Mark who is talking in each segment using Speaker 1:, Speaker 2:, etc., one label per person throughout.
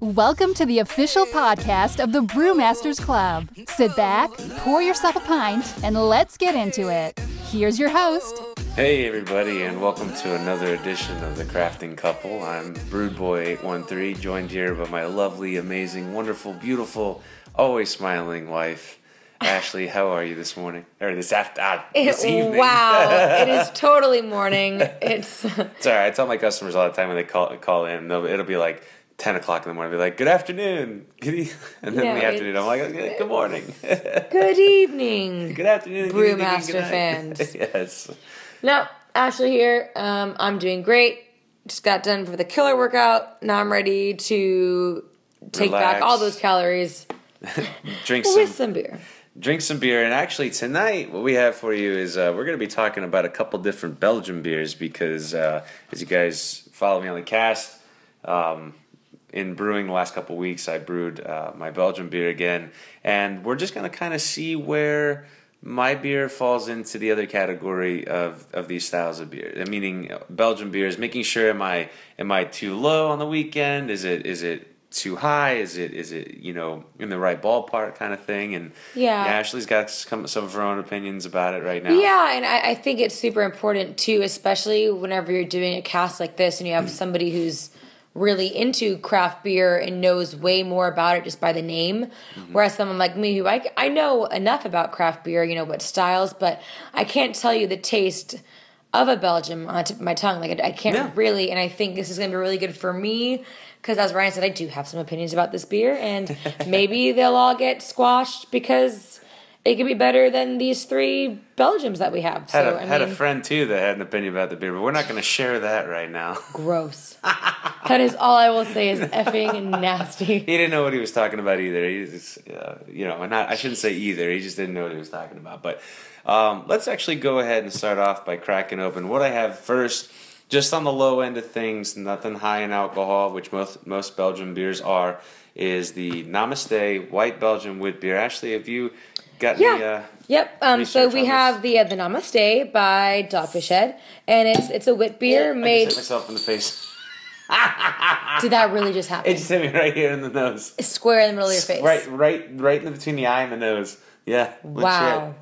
Speaker 1: Welcome to the official podcast of the Brewmasters Club. Sit back, pour yourself a pint, and let's get into it. Here's your host.
Speaker 2: Hey everybody, and welcome to another edition of the Crafting Couple. I'm Brood Boy 813 joined here by my lovely, amazing, wonderful, beautiful, always smiling wife, Ashley. How are you this morning or this after ah, this
Speaker 3: It,
Speaker 2: evening?
Speaker 3: Eh, wow, it is totally morning. It's
Speaker 2: It's all right. I tell my customers all the time when they call call in, they'll, it'll be like. 10 o'clock in the morning, I'll be like, Good afternoon. Good e-" And then
Speaker 3: Yeah,
Speaker 2: in the afternoon, I'm like,
Speaker 3: it's-
Speaker 2: Good morning.
Speaker 3: good evening.
Speaker 2: Good afternoon. good evening,
Speaker 3: Brewmaster
Speaker 2: good night."
Speaker 3: fans.
Speaker 2: yes.
Speaker 3: No, Ashley here. Um, I'm doing great. Just got done for the killer workout. Now I'm ready to take back
Speaker 2: Relax.
Speaker 3: all those calories
Speaker 2: Drink
Speaker 3: with
Speaker 2: some
Speaker 3: some beer.
Speaker 2: drink some beer. And actually, tonight, what we have for you is uh, we're going to be talking about a couple different Belgian beers because, uh, as you guys follow me on the cast, um, in brewing the last couple weeks, I brewed uh, my Belgian beer again. And we're just going to kind of see where my beer falls into the other category of, of these styles of beer. Meaning uh, Belgian beers, making sure am I am I too low on the weekend? Is it is it too high? Is it is it, you know, in the right ballpark kind of thing? And
Speaker 3: Yeah.
Speaker 2: Ashley's got some, some of her own opinions about it right now.
Speaker 3: Yeah, and I, I think it's super important too, especially whenever you're doing a cast like this and you have somebody who's really into craft beer and knows way more about it just by the name. Whereas someone like me, who I, I know enough about craft beer, you know, what styles, but I can't tell you the taste of a Belgium on the tip of my tongue. Like, I, I can't
Speaker 2: Yeah.
Speaker 3: really, and I think this is going to be really good for me. Because as Ryan said, I do have some opinions about this beer, and maybe they'll all get squashed because it could be better than these three Belgiums that we have.
Speaker 2: Had,
Speaker 3: so
Speaker 2: a,
Speaker 3: I
Speaker 2: had
Speaker 3: mean,
Speaker 2: a friend too that had an opinion about the beer, but we're not going to share that right now.
Speaker 3: gross. that is all I will say is effing nasty.
Speaker 2: He didn't know what he was talking about either. He just, uh, you know, and not, I shouldn't say either. He just didn't know what he was talking about. But um, let's actually go ahead and start off by cracking open what I have first. Just on the low end of things, nothing high in alcohol, which most most Belgian beers are, is the Namaste White Belgian Wit Beer. Ashley, have you got
Speaker 3: Yeah.
Speaker 2: any? Uh,
Speaker 3: Yep. Um,
Speaker 2: research
Speaker 3: so
Speaker 2: on
Speaker 3: we
Speaker 2: this.
Speaker 3: have the uh, the Namaste by Dogfish Head, and it's it's a wit beer
Speaker 2: I
Speaker 3: made.
Speaker 2: just hit myself in the face.
Speaker 3: Did that really just happen?
Speaker 2: It just hit me right here in the nose.
Speaker 3: Square in the middle of your face.
Speaker 2: Right, right, right in between the eye and the nose. Yeah. legit.
Speaker 3: Wow.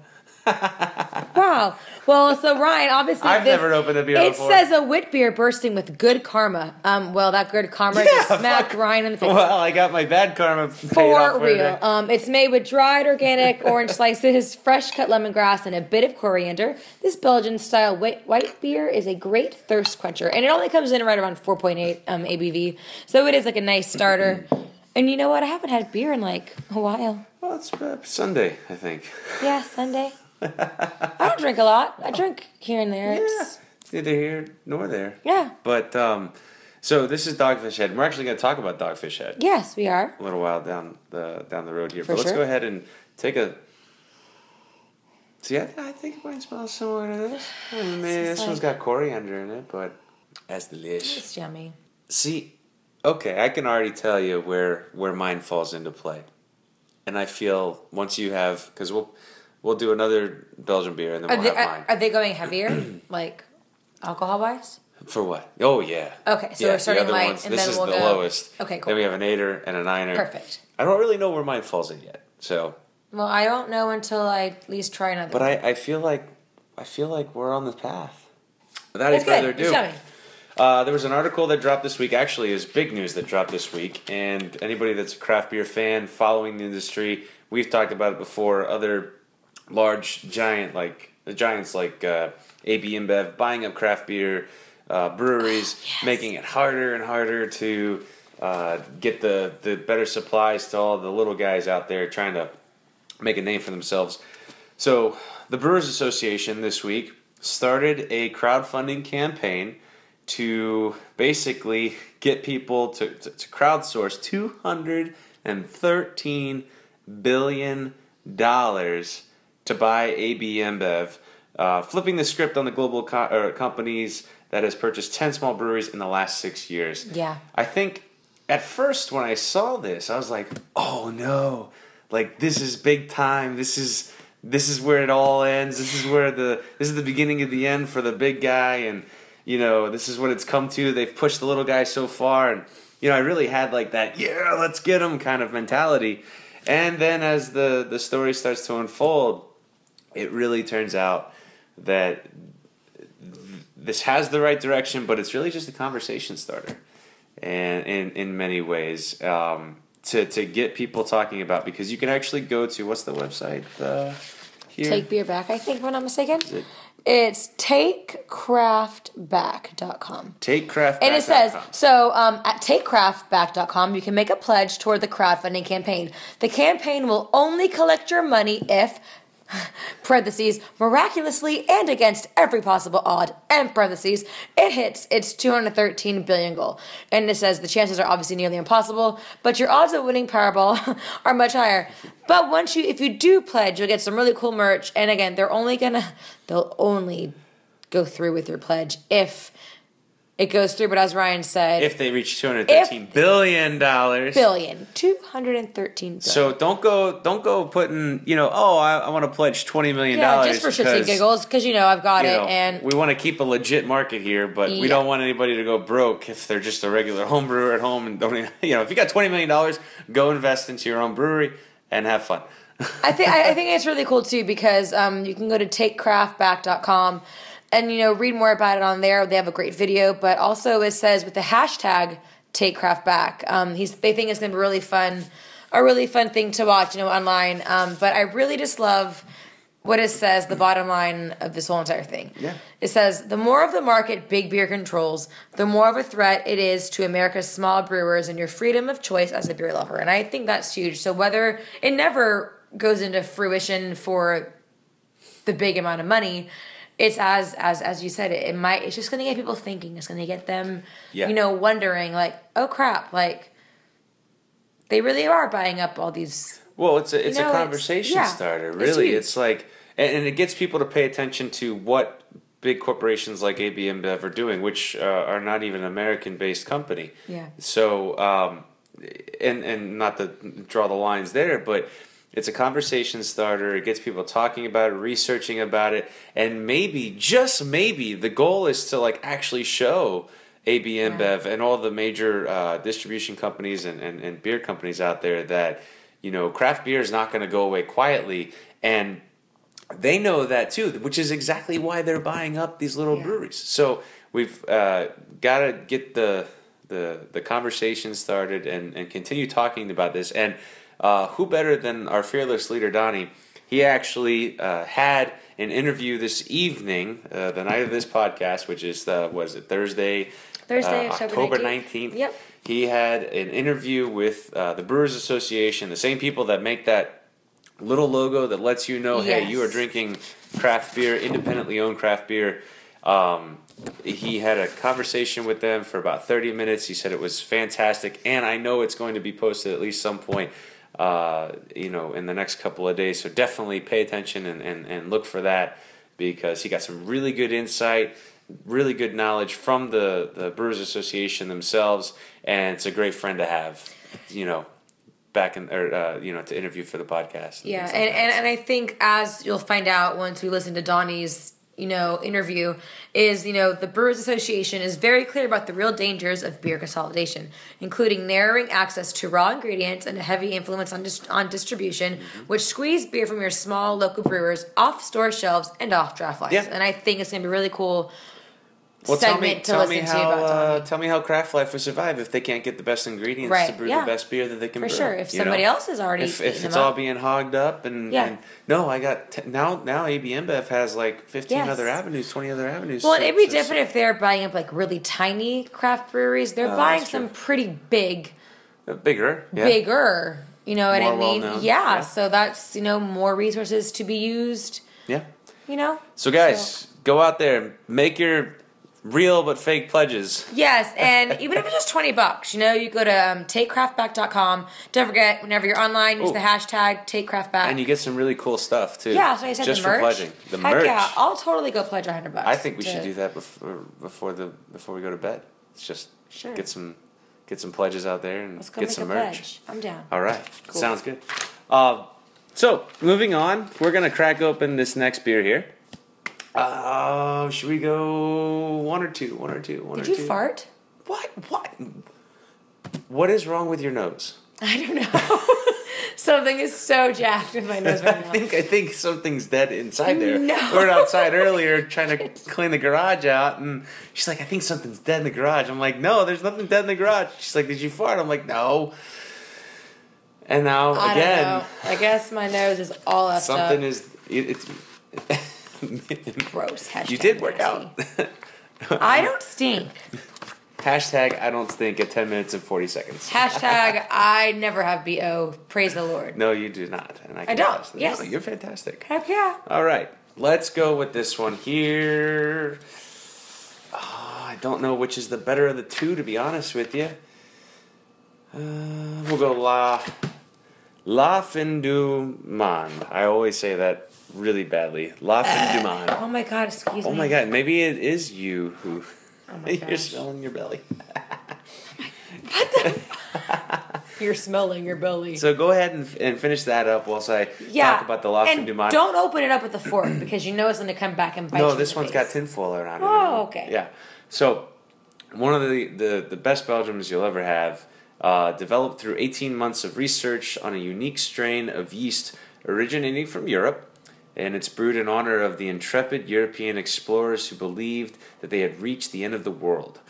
Speaker 3: wow. Well, so Ryan, obviously,
Speaker 2: I've never opened a beer
Speaker 3: It
Speaker 2: before.
Speaker 3: says a wit beer bursting with good karma. Um, well, that good karma
Speaker 2: Yeah,
Speaker 3: just smacked
Speaker 2: fuck.
Speaker 3: Ryan in the face.
Speaker 2: Well, I got my bad karma paid off
Speaker 3: For
Speaker 2: for
Speaker 3: real.
Speaker 2: today.
Speaker 3: Um, it's made with dried organic orange slices, fresh cut lemongrass, and a bit of coriander. This Belgian style white, white beer is a great thirst quencher, and it only comes in right around 4.8 um, ABV. So it is like a nice starter. and you know what? I haven't had beer in like a while.
Speaker 2: Well, it's uh, Sunday, I think.
Speaker 3: Yeah, Sunday. I don't drink a lot. I drink here and there.
Speaker 2: Yeah.
Speaker 3: It's,
Speaker 2: Neither here nor there.
Speaker 3: Yeah.
Speaker 2: But um, so this is Dogfish Head. We're actually going to talk about Dogfish Head
Speaker 3: Yes, we are.
Speaker 2: a little while down the down the road here.
Speaker 3: For
Speaker 2: but let's
Speaker 3: sure.
Speaker 2: go ahead and take a. See, I, I think it might smell similar to this. I mean, this
Speaker 3: like-
Speaker 2: one's got coriander in it, but that's delicious.
Speaker 3: It's yummy.
Speaker 2: See, okay, I can already tell you where where mine falls into play, and I feel once you have because we'll we'll do another Belgian beer and then
Speaker 3: Are
Speaker 2: we'll
Speaker 3: they,
Speaker 2: have mine
Speaker 3: are, are they going heavier, like alcohol wise?
Speaker 2: for what? Oh yeah.
Speaker 3: Okay, so
Speaker 2: Yeah,
Speaker 3: we're
Speaker 2: the
Speaker 3: starting
Speaker 2: other
Speaker 3: light,
Speaker 2: ones-
Speaker 3: and
Speaker 2: this
Speaker 3: then
Speaker 2: is
Speaker 3: we'll
Speaker 2: the
Speaker 3: go-
Speaker 2: lowest.
Speaker 3: Okay, cool.
Speaker 2: Then we have an eighter and a niner.
Speaker 3: Perfect.
Speaker 2: I don't really know where mine falls in yet, so
Speaker 3: Well, I don't know until I at least try another.
Speaker 2: but I I feel like I feel like we're on the path. Without
Speaker 3: That's
Speaker 2: any further ado.
Speaker 3: good. It's yummy.
Speaker 2: Uh, there was an article that dropped this week. Actually, is big news that dropped this week. And anybody that's a craft beer fan following the industry, we've talked about it before. Other large giant like the giants like uh, AB InBev buying up craft beer uh, breweries, making it harder and harder to uh, get the the better supplies to all the little guys out there trying to make a name for themselves. So, the Brewers Association this week started a crowdfunding campaign to basically get people to, to, to crowdsource $213 billion to buy AB InBev, uh, flipping the script on the global co- or companies that has purchased 10 small breweries in the last six years.
Speaker 3: Yeah.
Speaker 2: I think at first when I saw this, I was like, "Oh no. Like this is big time. This is this is where it all ends. This is where the this is the beginning of the end for the big guy and you know, this is what it's come to. They've pushed the little guy so far and you you know, I really had like that, yeah, let's get them kind of mentality. And then as the, the story starts to unfold, it really turns out that th- this has the right direction, but it's really just a conversation starter. And in, in many ways, um, to, to get people talking about, because you can actually go to, what's the website? Uh, here?
Speaker 3: Take beer back, I think, if I'm not mistaken.
Speaker 2: it-
Speaker 3: It's takecraftback.com.
Speaker 2: Take craft.
Speaker 3: And it says, so um, at takecraftback.com, you can make a pledge toward the crowdfunding campaign. The campaign will only collect your money if, parentheses, miraculously and against every possible odd, end parentheses, it hits its 213 billion goal. And it says the chances are obviously nearly impossible, but your odds of winning Powerball are much higher. But once you, if you do pledge, you'll get some really cool merch. And again, they're only gonna, they'll only go through with your pledge if it goes through. But as Ryan said,
Speaker 2: if they reach two hundred thirteen billion dollars.
Speaker 3: billion, 213 billion.
Speaker 2: So don't go, don't go putting, you know, oh, I, I want to pledge twenty million
Speaker 3: yeah,
Speaker 2: dollars.
Speaker 3: just for shits and giggles, because you know I've got
Speaker 2: You
Speaker 3: it,
Speaker 2: know,
Speaker 3: and
Speaker 2: we want to keep a legit market here, but we
Speaker 3: Yeah.
Speaker 2: don't want anybody to go broke if they're just a regular home brewer at home and don't. even- You know, if you got twenty million dollars, go invest into your own brewery and have fun.
Speaker 3: I think I I think it's really cool too because um, you can go to takecraftback.com and you know read more about it on there. They have a great video, but also it says with the hashtag takecraftback. Um, he's they think it's gonna be really fun, a really fun thing to watch, you know, online. Um, but I really just love what it says. The bottom line of this whole entire thing.
Speaker 2: Yeah.
Speaker 3: It says the more of the market big beer controls, the more of a threat it is to America's small brewers and your freedom of choice as a beer lover. And I think that's huge. So whether it never goes into fruition for the big amount of money, it's as as as you said, it, it might it's just gonna get people thinking. It's gonna get them
Speaker 2: Yeah.
Speaker 3: you know, wondering like, oh crap, like they really are buying up all these
Speaker 2: Well, it's a it's
Speaker 3: know,
Speaker 2: a
Speaker 3: it's-
Speaker 2: conversation
Speaker 3: yeah,
Speaker 2: starter,
Speaker 3: it's
Speaker 2: really.
Speaker 3: huge.
Speaker 2: It's, like, and, and it gets people to pay attention to what big corporations like AB InBev are doing, which uh, are not even an American-based company.
Speaker 3: Yeah.
Speaker 2: So, um, and and not to draw the lines there, but it's a conversation starter. It gets people talking about it, researching about it, and maybe just maybe the goal is to like actually show AB InBev and all the major uh, distribution companies and, and, and beer companies out there that you know craft beer is not going to go away quietly and they know that too, which is exactly why they're buying up these little
Speaker 3: Yeah.
Speaker 2: breweries. So we've uh, got to get the, the the conversation started and and continue talking about this. And uh, who better than our fearless leader Donnie? He actually uh, had an interview this evening, uh, the night of this podcast, which is uh, was it Thursday,
Speaker 3: Thursday,
Speaker 2: uh,
Speaker 3: October
Speaker 2: October 19th.
Speaker 3: 19th. Yep.
Speaker 2: He had an interview with uh, the Brewers Association, the same people that make that little logo that lets you know, hey, you are
Speaker 3: Yes.
Speaker 2: drinking craft beer, independently owned craft beer. Um, he had a conversation with them for about 30 minutes. He said it was fantastic, and I know it's going to be posted at least some point, uh, you know, in the next couple of days. So definitely pay attention and, and, and look for that because he got some really good insight, really good knowledge from the, the Brewers Association themselves, and it's a great friend to have, you know, back in or uh, you know to interview for the podcast.
Speaker 3: Yeah,
Speaker 2: things like
Speaker 3: and,
Speaker 2: that.
Speaker 3: and, and I think as you'll find out once we listen to Donnie's, you know, interview, is, you know, the Brewers Association is very clear about the real dangers of beer consolidation, including narrowing access to raw ingredients and a heavy influence on, dis- on distribution,
Speaker 2: Mm-hmm.
Speaker 3: which squeeze beer from your small local brewers off store shelves and off draft lines.
Speaker 2: Yeah.
Speaker 3: And I think it's going to be really cool
Speaker 2: well, tell me,
Speaker 3: segment to
Speaker 2: tell me
Speaker 3: listen to
Speaker 2: how
Speaker 3: about
Speaker 2: uh,
Speaker 3: Donnie.
Speaker 2: tell me how craft life would survive if they can't get the best ingredients to
Speaker 3: Right,
Speaker 2: brew
Speaker 3: yeah.
Speaker 2: the best beer that they can
Speaker 3: For
Speaker 2: brew.
Speaker 3: sure, if
Speaker 2: you
Speaker 3: somebody else is already
Speaker 2: if, if
Speaker 3: eating
Speaker 2: it's
Speaker 3: them
Speaker 2: all
Speaker 3: up.
Speaker 2: being hogged up and,
Speaker 3: Yeah.
Speaker 2: and no, I got t- now now AB InBev has like fifteen
Speaker 3: Yes.
Speaker 2: other avenues, twenty other avenues.
Speaker 3: Well,
Speaker 2: so
Speaker 3: it'd be
Speaker 2: it's just-
Speaker 3: different if they're buying up like really tiny craft breweries. They're
Speaker 2: Oh,
Speaker 3: buying
Speaker 2: that's true.
Speaker 3: some pretty big
Speaker 2: bigger, yeah.
Speaker 3: bigger. You know what I
Speaker 2: More
Speaker 3: mean?
Speaker 2: well-known,
Speaker 3: yeah,
Speaker 2: yeah.
Speaker 3: So that's you know more resources to be used.
Speaker 2: yeah.
Speaker 3: You know.
Speaker 2: So guys, go out there, make your real but fake pledges.
Speaker 3: Yes, and even if it's just twenty bucks, you know, you go to um, takecraftback.com. Don't forget, whenever you're online, use
Speaker 2: Ooh.
Speaker 3: the hashtag takecraftback.
Speaker 2: Oh. And you get some really cool stuff too.
Speaker 3: yeah, so I said
Speaker 2: just
Speaker 3: the merch.
Speaker 2: for pledging. The
Speaker 3: Heck
Speaker 2: merch.
Speaker 3: yeah, I'll totally go pledge hundred bucks.
Speaker 2: I think we
Speaker 3: to-
Speaker 2: should do that before before the before we go to bed. Let's just
Speaker 3: Sure.
Speaker 2: get some get some pledges out there and
Speaker 3: Let's go
Speaker 2: get
Speaker 3: make
Speaker 2: some
Speaker 3: a
Speaker 2: merch.
Speaker 3: pledge. I'm down.
Speaker 2: All right,
Speaker 3: Cool.
Speaker 2: sounds good. Uh, so moving on, we're gonna crack open this next beer here. Uh, should we go one or two? One or two? One
Speaker 3: Did
Speaker 2: or
Speaker 3: you
Speaker 2: two?
Speaker 3: fart?
Speaker 2: What? What? What is wrong with your nose?
Speaker 3: I don't know. Something is so jacked with my nose right
Speaker 2: I
Speaker 3: now.
Speaker 2: think I think something's dead inside there.
Speaker 3: No.
Speaker 2: We were outside earlier trying to clean the garage out, and she's like, "I think something's dead in the garage." I'm like, "No, there's nothing dead in the garage." She's like, "Did you fart?" I'm like, "No." And now
Speaker 3: I
Speaker 2: again,
Speaker 3: don't know. I guess my nose is all effed
Speaker 2: something
Speaker 3: up.
Speaker 2: is it, it's.
Speaker 3: gross. Hashtag
Speaker 2: you did work
Speaker 3: nasty.
Speaker 2: out.
Speaker 3: I don't stink.
Speaker 2: Hashtag I don't stink at ten minutes and forty seconds.
Speaker 3: Hashtag I never have bo. Praise the Lord.
Speaker 2: No, you do not, and I, can
Speaker 3: don't,
Speaker 2: attest to that.
Speaker 3: yes.
Speaker 2: No, you're fantastic.
Speaker 3: Heck yeah.
Speaker 2: All right, let's go with this one here. Ah, I don't know which is the better of the two, to be honest with you. Uh, we'll go La La Fin du Monde. I always say that really badly.
Speaker 3: Ah.
Speaker 2: La Fin du Monde.
Speaker 3: Oh my god. Excuse
Speaker 2: Oh
Speaker 3: me.
Speaker 2: my god, maybe it is you who
Speaker 3: Oh my
Speaker 2: you're
Speaker 3: gosh.
Speaker 2: smelling your belly.
Speaker 3: You're smelling your belly.
Speaker 2: So go ahead and, and finish that up whilst I
Speaker 3: yeah.
Speaker 2: talk about the La Fin
Speaker 3: and
Speaker 2: du Monde.
Speaker 3: Don't open it up with a fork because you know it's going to come back and bite you.
Speaker 2: No,
Speaker 3: in
Speaker 2: this
Speaker 3: the
Speaker 2: one's got
Speaker 3: face.
Speaker 2: tinfoil around it.
Speaker 3: Oh, okay.
Speaker 2: Yeah. So, one of the, the, the best Belgiums you'll ever have, uh, developed through 18 months of research on a unique strain of yeast originating from Europe. And it's brewed in honor of the intrepid European explorers who believed that they had reached the end of the world.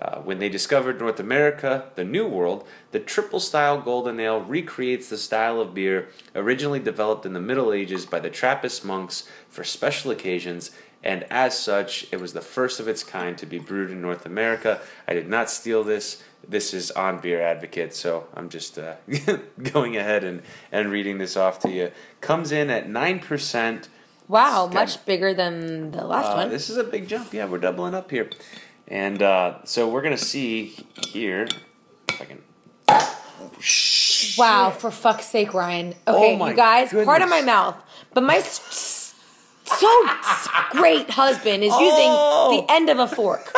Speaker 2: Uh, when they discovered North America, the New World, the triple style golden ale recreates the style of beer originally developed in the Middle Ages by the Trappist monks for special occasions, and as such, it was the first of its kind to be brewed in North America. I did not steal this. This is on Beer Advocate, so I'm just uh, going ahead and, and reading this off to you. Comes in at 9%.
Speaker 3: Wow,
Speaker 2: Stem.
Speaker 3: much bigger than the last
Speaker 2: Uh,
Speaker 3: one.
Speaker 2: this is a big jump. Yeah, we're doubling up here. And uh, so we're going to see here. If I can.
Speaker 3: Wow, for fuck's sake, Ryan. Okay,
Speaker 2: Oh my
Speaker 3: you guys, part
Speaker 2: goodness.
Speaker 3: of my mouth, but my s- s- so s- great husband is
Speaker 2: Oh.
Speaker 3: using the end of a fork.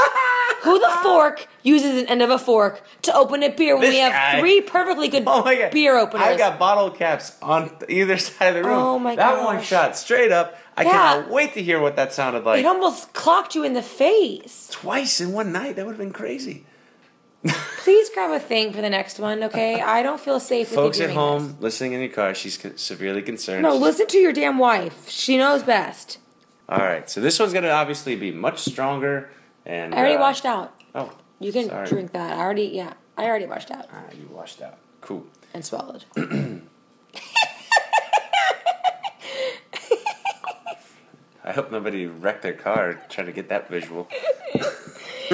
Speaker 3: Who the fork uses an end of a fork to open a beer when
Speaker 2: This
Speaker 3: we have
Speaker 2: guy.
Speaker 3: three perfectly good
Speaker 2: Oh my god.
Speaker 3: beer openers?
Speaker 2: I got bottle caps on either side of the room.
Speaker 3: Oh my
Speaker 2: That one
Speaker 3: gosh.
Speaker 2: shot straight up. I
Speaker 3: Yeah.
Speaker 2: cannot wait to hear what that sounded like.
Speaker 3: it almost clocked you in the face.
Speaker 2: Twice in one night. That would have been crazy.
Speaker 3: Please grab a thing for the next one, okay? I don't feel safe.
Speaker 2: Folks
Speaker 3: with you
Speaker 2: at
Speaker 3: doing
Speaker 2: home listening in your car, she's con- severely concerned.
Speaker 3: This. No,
Speaker 2: She's-
Speaker 3: listen to your damn wife. She knows best.
Speaker 2: All right, so this one's going to obviously be much stronger. And
Speaker 3: I already
Speaker 2: uh,
Speaker 3: washed out.
Speaker 2: Oh,
Speaker 3: You can
Speaker 2: sorry.
Speaker 3: drink that. I already, yeah, I already washed out
Speaker 2: Ah, you washed out. Cool.
Speaker 3: and swallowed.
Speaker 2: I hope nobody wrecked their car trying to get that visual.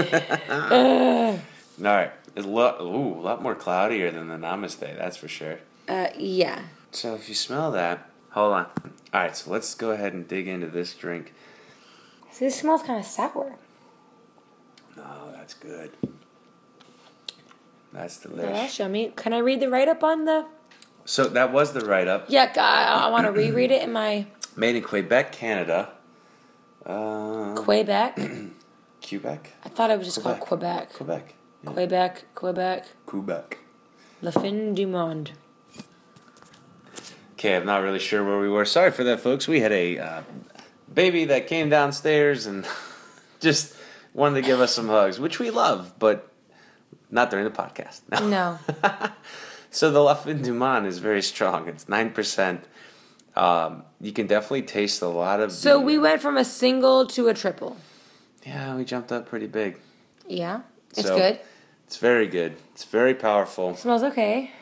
Speaker 2: All right, it's a lot, ooh, a lot more cloudier than the Namaste, that's for sure.
Speaker 3: Uh, yeah.
Speaker 2: So if you smell that, hold on. All right, so let's go ahead and dig into this drink.
Speaker 3: See, this smells kind of sour.
Speaker 2: Oh, that's good. That's
Speaker 3: Yeah,
Speaker 2: delicious.
Speaker 3: show me. Can I read the write up on the?
Speaker 2: So that was the write up.
Speaker 3: Yeah, I, want to reread it in my
Speaker 2: Made in Quebec, Canada. Uh,
Speaker 3: Quebec.
Speaker 2: Quebec?
Speaker 3: I thought it was just called Quebec.
Speaker 2: Quebec. Yeah.
Speaker 3: Quebec, Quebec,
Speaker 2: Quebec.
Speaker 3: La Fin du Monde.
Speaker 2: Okay, I'm not really sure where we were. Sorry for that, folks. We had a uh, baby that came downstairs and just wanted to give us some hugs, which we love, but not during the podcast.
Speaker 3: No,
Speaker 2: So the La Fin du Monde is very strong. It's nine percent. Um, you can definitely taste a lot of.
Speaker 3: so
Speaker 2: the-
Speaker 3: we went from a single to a triple.
Speaker 2: yeah, we jumped up pretty big.
Speaker 3: Yeah, it's
Speaker 2: So-
Speaker 3: good.
Speaker 2: It's very good. It's very powerful,
Speaker 3: Smells okay.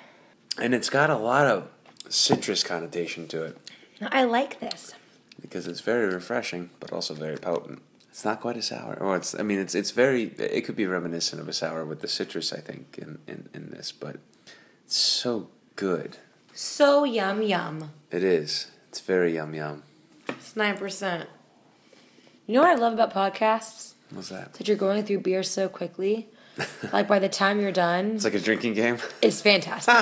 Speaker 2: and it's got a lot of citrus connotation to it
Speaker 3: No, I like this.
Speaker 2: because it's very refreshing, but also very potent. It's not quite a sour, or it's. I mean, it's it's very. It could be reminiscent of a sour with the citrus, I think, in in, in this, but it's so good.
Speaker 3: So yum yum.
Speaker 2: It is. It's very yum yum.
Speaker 3: It's nine percent. You know what I love about podcasts?
Speaker 2: What's that?
Speaker 3: That you're going through beer so quickly. like by the time you're done,
Speaker 2: It's like a drinking game.
Speaker 3: it's fantastic.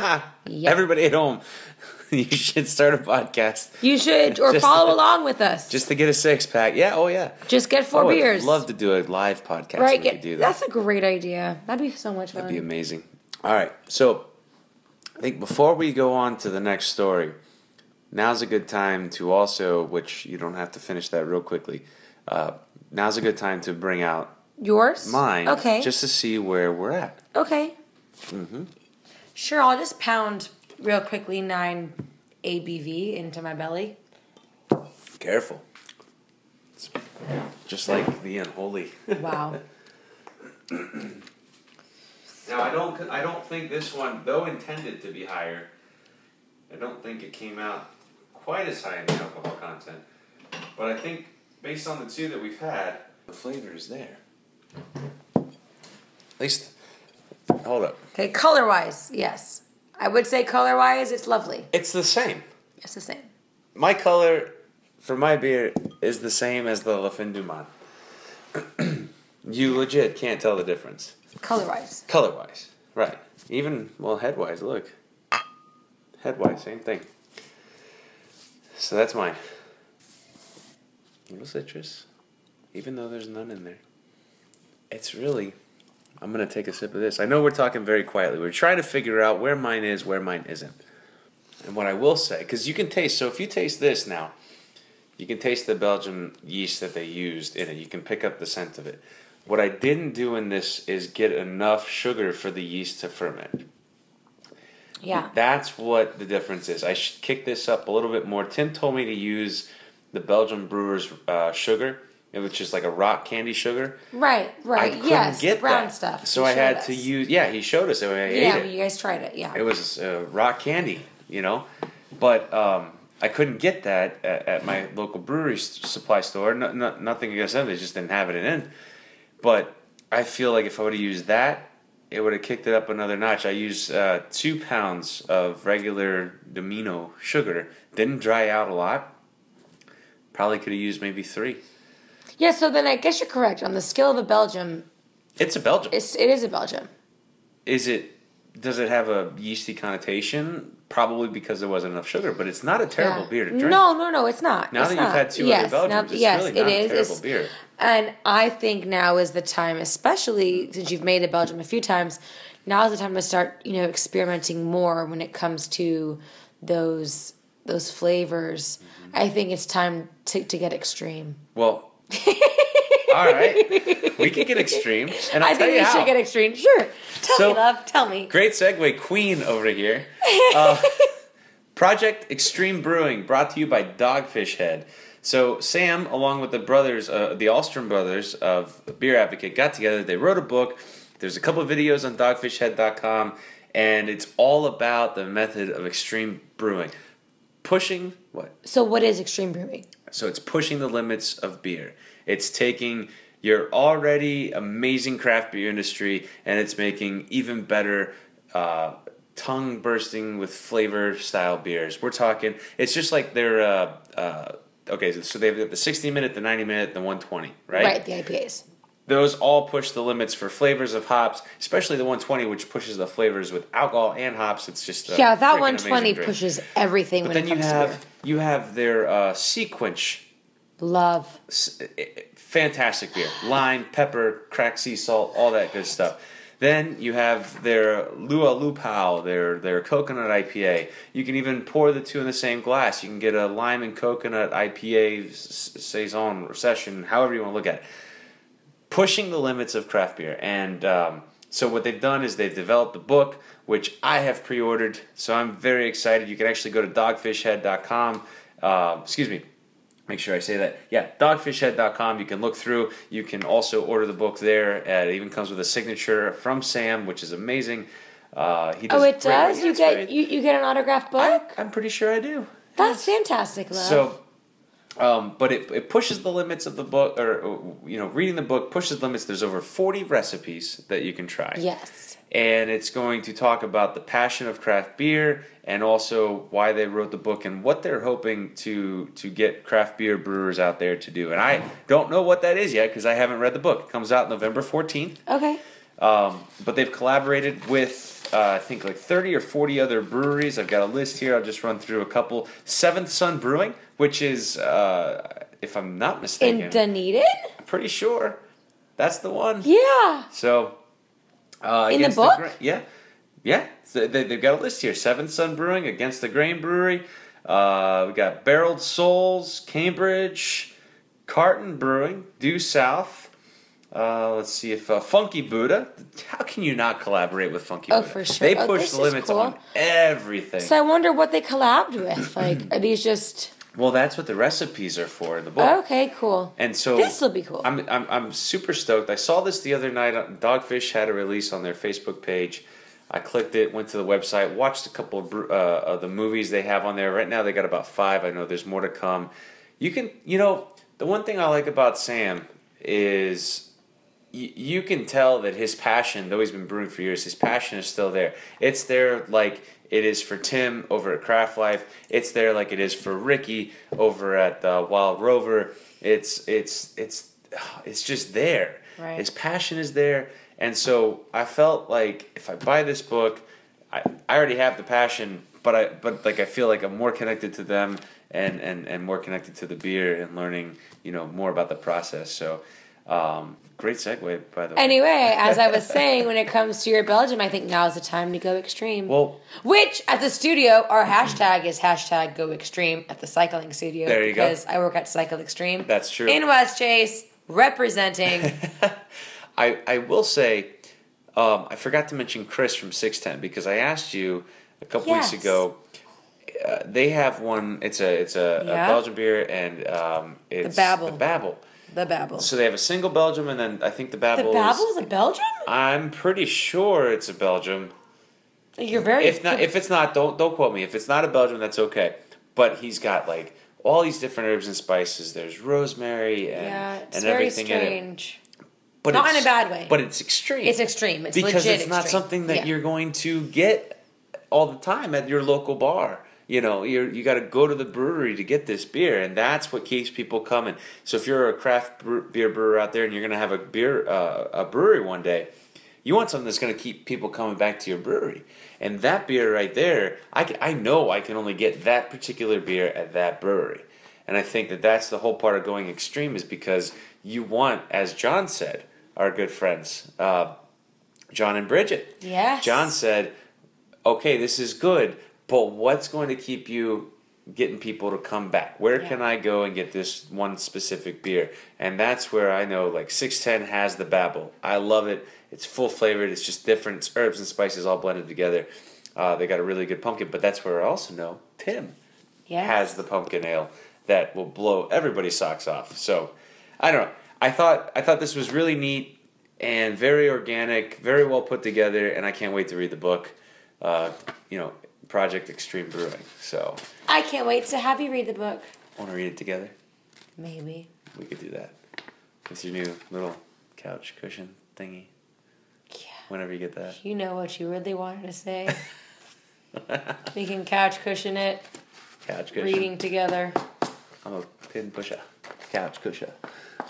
Speaker 3: Yeah.
Speaker 2: Everybody at home, you should start a podcast
Speaker 3: You should, or
Speaker 2: Just-
Speaker 3: follow along with us. Just,
Speaker 2: just to get a six pack. Yeah, oh yeah.
Speaker 3: get four
Speaker 2: oh,
Speaker 3: beers.
Speaker 2: I'd love to do a live podcast.
Speaker 3: right?
Speaker 2: Right,
Speaker 3: get-
Speaker 2: could do that.
Speaker 3: That's a great idea. That'd be so much fun.
Speaker 2: That'd be amazing. All right, so I think before we go on to the next story, now's a good time to also, which you don't have to finish that real quickly. Uh, now's a good time to bring out
Speaker 3: Yours?
Speaker 2: mine,
Speaker 3: Okay.
Speaker 2: just to see where we're at.
Speaker 3: okay.
Speaker 2: Mm-hmm.
Speaker 3: Sure, I'll just pound real quickly nine ABV into my belly.
Speaker 2: Careful. It's just like the unholy.
Speaker 3: Wow.
Speaker 2: Now I don't I don't think this one, though intended to be higher, I don't think it came out quite as high in the alcohol content. But I think based on the two that we've had, the flavor is there. At least hold up.
Speaker 3: okay, color wise, yes. I would say color wise, it's lovely.
Speaker 2: It's the same.
Speaker 3: It's the same.
Speaker 2: My color for my beer is the same as the La Fin du Monde. you legit can't tell the difference.
Speaker 3: Color wise.
Speaker 2: Color wise, right. Even, well, head wise, look. Head wise, same thing. So that's mine. A little citrus, even though there's none in there. It's really. I'm gonna take a sip of this. I know we're talking very quietly. We're trying to figure out where mine is, where mine isn't. And what I will say, because you can taste, so if you taste this now, you can taste the Belgian yeast that they used in it. You can pick up the scent of it. What I didn't do in this is get enough sugar for the yeast to ferment.
Speaker 3: Yeah.
Speaker 2: That's what the difference is. I should kick this up a little bit more. Tim told me to use the Belgian brewer's uh, sugar, which is like a rock candy sugar.
Speaker 3: Right,
Speaker 2: I
Speaker 3: right.
Speaker 2: couldn't
Speaker 3: yes,
Speaker 2: get
Speaker 3: the brown
Speaker 2: that.
Speaker 3: stuff.
Speaker 2: So
Speaker 3: You
Speaker 2: I
Speaker 3: showed
Speaker 2: had
Speaker 3: us.
Speaker 2: to use. Yeah, he showed us it. when I ate
Speaker 3: Yeah,
Speaker 2: it.
Speaker 3: you guys tried it. Yeah.
Speaker 2: It was uh, rock candy, you know, but um, I couldn't get that at, at my local brewery s- supply store. No, no, nothing against them; they just didn't have it in. But I feel like if I would have used that, it would have kicked it up another notch. I used uh, two pounds of regular Domino sugar. Didn't dry out a lot. Probably could have used maybe three.
Speaker 3: yeah. So then I guess you're correct on the scale of a Belgium.
Speaker 2: It's a Belgian.
Speaker 3: It's it is a Belgium.
Speaker 2: is it does it have a yeasty connotation? Probably because there wasn't enough sugar, but it's not a terrible
Speaker 3: Yeah.
Speaker 2: beer to drink.
Speaker 3: No, no, no, it's not.
Speaker 2: Now
Speaker 3: It's
Speaker 2: that
Speaker 3: not.
Speaker 2: you've had two
Speaker 3: yes,
Speaker 2: other Belgians,
Speaker 3: now-
Speaker 2: it's
Speaker 3: yes,
Speaker 2: really
Speaker 3: it
Speaker 2: not a
Speaker 3: is.
Speaker 2: terrible
Speaker 3: It's-
Speaker 2: beer.
Speaker 3: And I think now is the time, especially since you've made a Belgium a few times, now is the time to start, you know, experimenting more when it comes to those those flavors.
Speaker 2: Mm-hmm.
Speaker 3: I think it's time to, to get extreme.
Speaker 2: Well, all right, we can get extreme, and I'll
Speaker 3: I
Speaker 2: tell
Speaker 3: think
Speaker 2: you
Speaker 3: we
Speaker 2: how.
Speaker 3: should get extreme. Sure. Tell
Speaker 2: So-
Speaker 3: me, love. Tell me.
Speaker 2: Great segue, Queen over here. Uh, Project Extreme Brewing, brought to you by Dogfish Head. So Sam, along with the brothers, uh, the Alstrom brothers of Beer Advocate, got together. They wrote a book. There's a couple of videos on DogfishHead.com, and it's all about the method of extreme brewing, pushing what
Speaker 3: So, what is extreme brewing?
Speaker 2: so it's pushing the limits of beer. It's taking your already amazing craft beer industry and it's making even better uh, tongue bursting with flavor style beers. We're talking, it's just like their, uh, uh, okay, so they've got the 60 minute, the 90 minute, the 120, right?
Speaker 3: Right, the IPAs.
Speaker 2: Those all push the limits for flavors of hops, especially the 120, which pushes the flavors with alcohol and hops. It's just a
Speaker 3: Yeah, that
Speaker 2: freaking
Speaker 3: 120
Speaker 2: amazing drink.
Speaker 3: pushes everything
Speaker 2: But
Speaker 3: when
Speaker 2: then
Speaker 3: it
Speaker 2: you
Speaker 3: comes to
Speaker 2: have you have their uh, sequence
Speaker 3: beer. Love.
Speaker 2: s- eh, fantastic beer. Lime, pepper, cracked sea salt, all that good stuff. Then you have their Lua Lupau, their their coconut IPA. You can even pour the two in the same glass. You can get a lime and coconut IPA s- s- saison or session, however you want to look at it pushing the limits of craft beer. And um, so what they've done is they've developed a book, which I have pre-ordered. So I'm very excited. You can actually go to dogfishhead.com. Uh, excuse me. Make sure I say that. Yeah, dogfishhead.com. You can look through. You can also order the book there. Uh, it even comes with a signature from Sam, which is amazing. Uh, he does
Speaker 3: Oh, it
Speaker 2: great work.
Speaker 3: does?
Speaker 2: Yeah,
Speaker 3: You
Speaker 2: it's
Speaker 3: get
Speaker 2: great.
Speaker 3: you, you get an autographed
Speaker 2: I,
Speaker 3: book?
Speaker 2: I'm pretty sure I do.
Speaker 3: That's fantastic, love.
Speaker 2: So, um, but it, it pushes the limits of the book, or uh, you know, reading the book pushes limits. There's over 40 recipes that you can try.
Speaker 3: yes.
Speaker 2: And it's going to talk about the passion of craft beer and also why they wrote the book and what they're hoping to to get craft beer brewers out there to do. And I don't know what that is yet because I haven't read the book. It comes out November 14th.
Speaker 3: Okay.
Speaker 2: Um, but they've collaborated with, uh, I think, like 30 or 40 other breweries. I've got a list here. I'll just run through a couple. Seventh Sun Brewing, which is, uh, if I'm not mistaken,
Speaker 3: In Dunedin?
Speaker 2: I'm pretty sure that's the one.
Speaker 3: Yeah.
Speaker 2: So, uh,
Speaker 3: In the
Speaker 2: Against
Speaker 3: book?
Speaker 2: Gra- yeah, yeah. So they, they've got a list here: Seventh Sun Brewing, Against the Grain Brewery. Uh, we got Barreled Souls, Cambridge, Carton Brewing, Due South, Uh, let's see if uh, Funky Buddha. How can you not collaborate with Funky
Speaker 3: Oh,
Speaker 2: Buddha?
Speaker 3: for sure.
Speaker 2: They
Speaker 3: Oh,
Speaker 2: push
Speaker 3: this
Speaker 2: the
Speaker 3: is
Speaker 2: limits
Speaker 3: cool.
Speaker 2: on everything.
Speaker 3: So I wonder what they collabed with. Like, are these just
Speaker 2: well, that's what the recipes are for in the book.
Speaker 3: okay? Cool.
Speaker 2: And so
Speaker 3: This will be cool.
Speaker 2: I'm, I'm I'm super stoked. I saw this the other night. on- Dogfish had a release on their Facebook page. I clicked it, went to the website, watched a couple of br- uh, of the movies they have on there. Right now, they got about five. I know there's more to come. You can, you know, the one thing I like about Sam is y- you can tell that his passion, though he's been brewing for years, his passion is still there. It's there like it is for Tim over at Craft Life. It's there like it is for Ricky over at uh, Wild Rover. It's it's it's it's just there.
Speaker 3: Right.
Speaker 2: His passion is there, and so I felt like if I buy this book, I, I already have the passion, but I but like I feel like I'm more connected to them and and and more connected to the beer and learning you know more about the process. So um, great segue by the way.
Speaker 3: Anyway, as I was saying, when it comes to your Belgium, I think now is the time to go extreme.
Speaker 2: well,
Speaker 3: Which at the studio, our hashtag is hashtag go extreme at the cycling studio.
Speaker 2: There you go.
Speaker 3: because I work at Cycle Extreme.
Speaker 2: That's true.
Speaker 3: In West Chase, representing.
Speaker 2: I I will say um, I forgot to mention Chris from Six Ten because I asked you a couple
Speaker 3: Yes.
Speaker 2: weeks ago. Uh, they have one. It's a it's a,
Speaker 3: Yeah.
Speaker 2: a Belgian beer and um, it's
Speaker 3: Babel.
Speaker 2: The Babel.
Speaker 3: the Babel.
Speaker 2: So they have a single Belgium, and then I think the
Speaker 3: the
Speaker 2: Babel.
Speaker 3: Babel
Speaker 2: Is,
Speaker 3: is a Belgium?
Speaker 2: I'm pretty sure it's a Belgium.
Speaker 3: You're very.
Speaker 2: If not, if it's not, don't don't quote me. If it's not a Belgium, that's okay. But he's got like all these different herbs and spices. There's rosemary and
Speaker 3: yeah, it's
Speaker 2: and
Speaker 3: very
Speaker 2: everything in it.
Speaker 3: strange.
Speaker 2: But
Speaker 3: Not in
Speaker 2: it's-
Speaker 3: a bad way.
Speaker 2: But it's extreme.
Speaker 3: It's extreme. It's
Speaker 2: because
Speaker 3: legit
Speaker 2: it's not
Speaker 3: extreme.
Speaker 2: something that
Speaker 3: Yeah.
Speaker 2: you're going to get all the time at your local bar. You know, you're, you got to go to the brewery to get this beer, and that's what keeps people coming. So if you're a craft bre- beer brewer out there and you're going to have a beer uh, a brewery one day, you want something that's going to keep people coming back to your brewery. And that beer right there, I, c- I know I can only get that particular beer at that brewery. And I think that that's the whole part of going extreme is because you want, as John said, our good friends, uh, John and Bridget.
Speaker 3: Yes.
Speaker 2: John said, okay, this is good, but what's going to keep you getting people to come back? Where
Speaker 3: Yeah.
Speaker 2: can I go and get this one specific beer? And that's where I know like 610 has the Babel. I love it. It's full flavored, it's just different. It's herbs and spices all blended together. Uh, they got a really good pumpkin, but that's where I also know Tim
Speaker 3: Yes.
Speaker 2: has the pumpkin ale that will blow everybody's socks off. So I don't know. I thought I thought this was really neat and very organic, very well put together, and I can't wait to read the book. Uh, you know, Project Extreme Brewing. So
Speaker 3: I can't wait to have you read the book.
Speaker 2: want to read it together?
Speaker 3: Maybe.
Speaker 2: We could do that with your new little couch cushion thingy.
Speaker 3: Yeah.
Speaker 2: Whenever you get that,
Speaker 3: You know what you really wanted to say. we can couch cushion it,
Speaker 2: couch cushion.
Speaker 3: reading together.
Speaker 2: I'm a pin pusher. Couch cushion.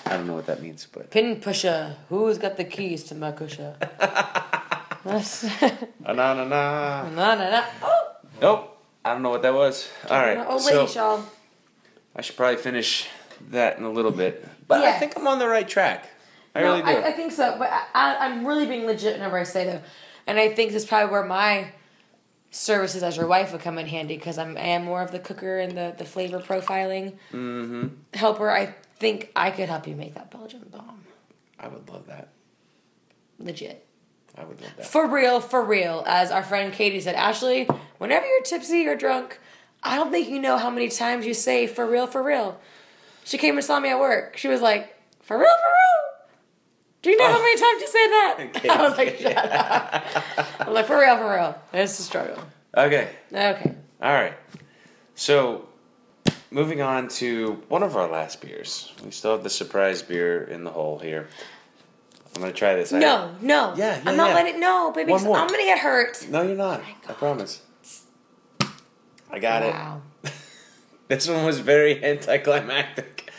Speaker 2: I don't know what that means, but
Speaker 3: Pin pusher, who's got the keys to my cushion? That's-
Speaker 2: Ah, na na na.
Speaker 3: na, na, na. Oh,
Speaker 2: Nope. I don't know what that was. All right.
Speaker 3: old
Speaker 2: so-
Speaker 3: lady shawl.
Speaker 2: I should probably finish that in a little bit. But I
Speaker 3: Yeah.
Speaker 2: think I'm on the right track. I
Speaker 3: No,
Speaker 2: really do.
Speaker 3: I, I think so, but I, I, I'm really being legit whenever I say though, and I think this is probably where my services as your wife would come in handy because I'm I am more of the cooker and the the flavor profiling helper. I think I could help you make that Belgian bomb
Speaker 2: I, would love that.
Speaker 3: legit.
Speaker 2: I would love that.
Speaker 3: For real, for real. As our friend Katie said, Ashley, whenever you're tipsy or drunk, I don't think you know how many times you say for real, for real. She came and saw me at work. She was like, for real, for real. Do you know how many times you say that?
Speaker 2: Oh. Okay.
Speaker 3: I was like, shut up. I'm like, for real, for real. It's a struggle.
Speaker 2: Okay.
Speaker 3: Okay.
Speaker 2: All right. So, moving on to one of our last beers. We still have the surprise beer in the hole here. I'm going to try this. I-
Speaker 3: No, no.
Speaker 2: Yeah, yeah,
Speaker 3: I'm not
Speaker 2: yeah.
Speaker 3: letting no, baby.
Speaker 2: One
Speaker 3: because
Speaker 2: more.
Speaker 3: I'm gonna get hurt.
Speaker 2: No, you're not. I promise. I got
Speaker 3: Wow.
Speaker 2: it. This one was very anticlimactic.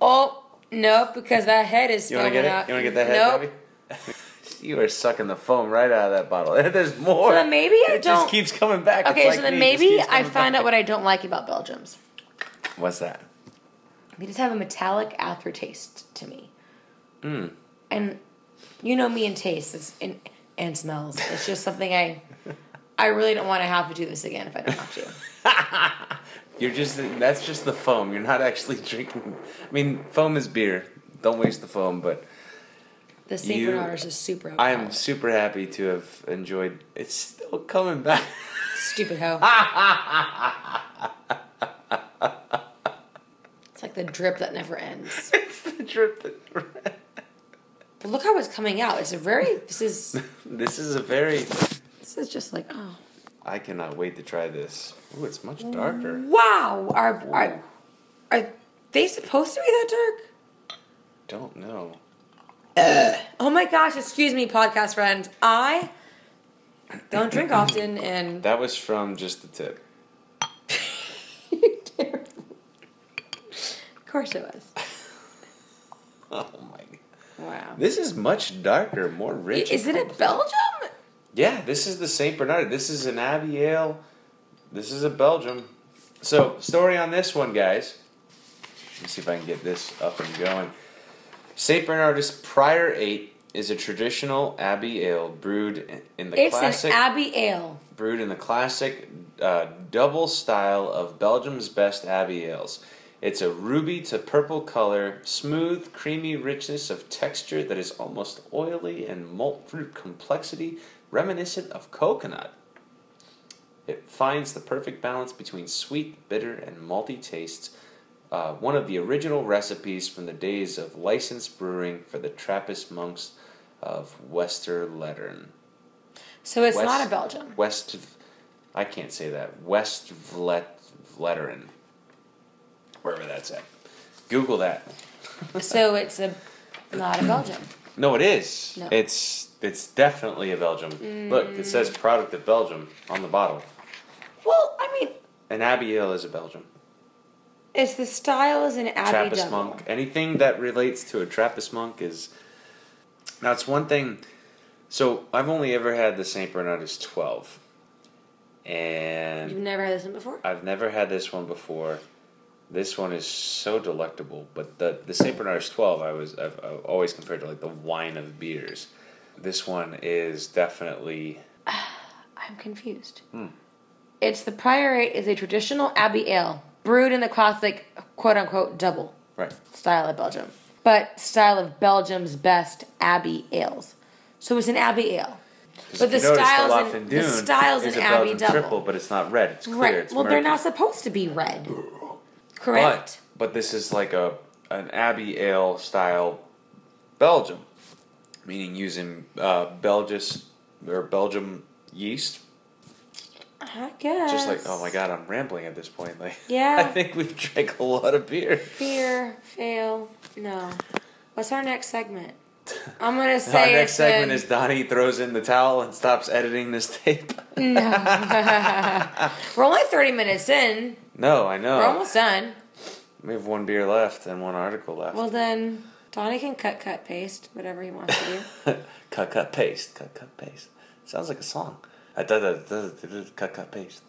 Speaker 3: Oh no, because that head is
Speaker 2: You want
Speaker 3: spilling
Speaker 2: to get
Speaker 3: out.
Speaker 2: it? You want to get that head,
Speaker 3: Nope.
Speaker 2: Bobby? you are sucking the foam right out of that bottle. There's more.
Speaker 3: So then maybe I
Speaker 2: it
Speaker 3: don't-
Speaker 2: just keeps coming back. It's
Speaker 3: Okay,
Speaker 2: like
Speaker 3: so then
Speaker 2: me, it just
Speaker 3: maybe
Speaker 2: keeps
Speaker 3: I
Speaker 2: coming
Speaker 3: found
Speaker 2: back.
Speaker 3: out what I don't like about Belgium's.
Speaker 2: What's that?
Speaker 3: They just have a metallic aftertaste to me. Mm. And you know me and tastes it's, and, and smells. It's just something I I really don't want to have to do this again if I don't have to.
Speaker 2: You're just that's just the foam. You're not actually drinking. I mean, foam is beer. Don't waste the foam, but
Speaker 3: The St.
Speaker 2: You-
Speaker 3: Bernarders is super.
Speaker 2: I am super happy to have enjoyed. It's still coming back.
Speaker 3: stupid hoe. it's like the drip that never ends.
Speaker 2: it's the drip. That,
Speaker 3: But look how it's coming out. It's a very. This is.
Speaker 2: this is a very.
Speaker 3: This is just like oh
Speaker 2: I cannot wait to try this. Ooh, it's much darker.
Speaker 3: wow. Are are are they supposed to be that dark?
Speaker 2: Don't know.
Speaker 3: Oh my gosh! Excuse me, podcast friends. I don't drink often, and
Speaker 2: That was from just the tip.
Speaker 3: of course it was.
Speaker 2: Oh my. God.
Speaker 3: Wow.
Speaker 2: This is much darker, more rich.
Speaker 3: Is it a Belgium?
Speaker 2: Yeah, this is the Saint Bernard. This is an Abbey Ale. This is a Belgium. So story on this one, guys. Let me see if I can get this up and going. Saint Bernardus Prior Eight is a traditional Abbey Ale brewed in the
Speaker 3: It's
Speaker 2: classic
Speaker 3: an Abbey Ale.
Speaker 2: brewed in the classic uh, double style of Belgium's best Abbey ales. It's a ruby to purple color, smooth, creamy richness of texture that is almost oily and malt fruit complexity reminiscent of coconut. It finds the perfect balance between sweet, bitter, and malty tastes. Uh, one of the original recipes from the days of licensed brewing for the Trappist monks of Westerlettern.
Speaker 3: So it's
Speaker 2: West-
Speaker 3: not a Belgium.
Speaker 2: West, I can't say that. West Vlet, Vleteren. Wherever that's at. Google that.
Speaker 3: So it's a not a Belgium.
Speaker 2: No, it is.
Speaker 3: No.
Speaker 2: It's it's definitely a Belgium. Look, it says
Speaker 3: Mm.
Speaker 2: product of Belgium on the bottle.
Speaker 3: Well, I mean,
Speaker 2: An Abbey Ale is a Belgium.
Speaker 3: it's the style is an Abbey
Speaker 2: Trappist
Speaker 3: double.
Speaker 2: monk. Anything that relates to a Trappist monk is. Now, it's one thing. So, I've only ever had the St. Bernardus 12. And.
Speaker 3: You've never had this one before.
Speaker 2: I've never had this one before. This one is so delectable, but the the Saint Bernard's Twelve I was I've, I've always compared to like the wine of beers. This one is definitely
Speaker 3: I'm confused.
Speaker 2: Hmm.
Speaker 3: It's the Priorate is a traditional Abbey Ale brewed in the classic quote unquote double
Speaker 2: right.
Speaker 3: style of Belgium, but style of Belgium's best Abbey ales. So it's an Abbey Ale. But the style's an, the style's an Abbey double.
Speaker 2: triple, but it's not red. It's clear.
Speaker 3: Right.
Speaker 2: It's
Speaker 3: well, they're
Speaker 2: murky.
Speaker 3: not supposed to be red.
Speaker 2: But
Speaker 3: Correct.
Speaker 2: but this is like a an Abbey ale style Belgium, meaning using uh, Belgis or Belgium yeast
Speaker 3: I guess.
Speaker 2: just like oh my god i'm rambling at this point like
Speaker 3: Yeah.
Speaker 2: i think we've drank a lot of beer
Speaker 3: Fear, fail, no. What's our next segment? I'm gonna say
Speaker 2: our next
Speaker 3: it's
Speaker 2: segment
Speaker 3: an-
Speaker 2: is donnie throws in the towel and stops editing this tape
Speaker 3: We're only 30 minutes in.
Speaker 2: no i know
Speaker 3: We're almost done.
Speaker 2: we have one beer left and one article left
Speaker 3: Well then, Donnie can cut, cut, paste, whatever he wants to do.
Speaker 2: cut cut paste cut cut paste sounds like a song I thought that- that- that- that- cut cut paste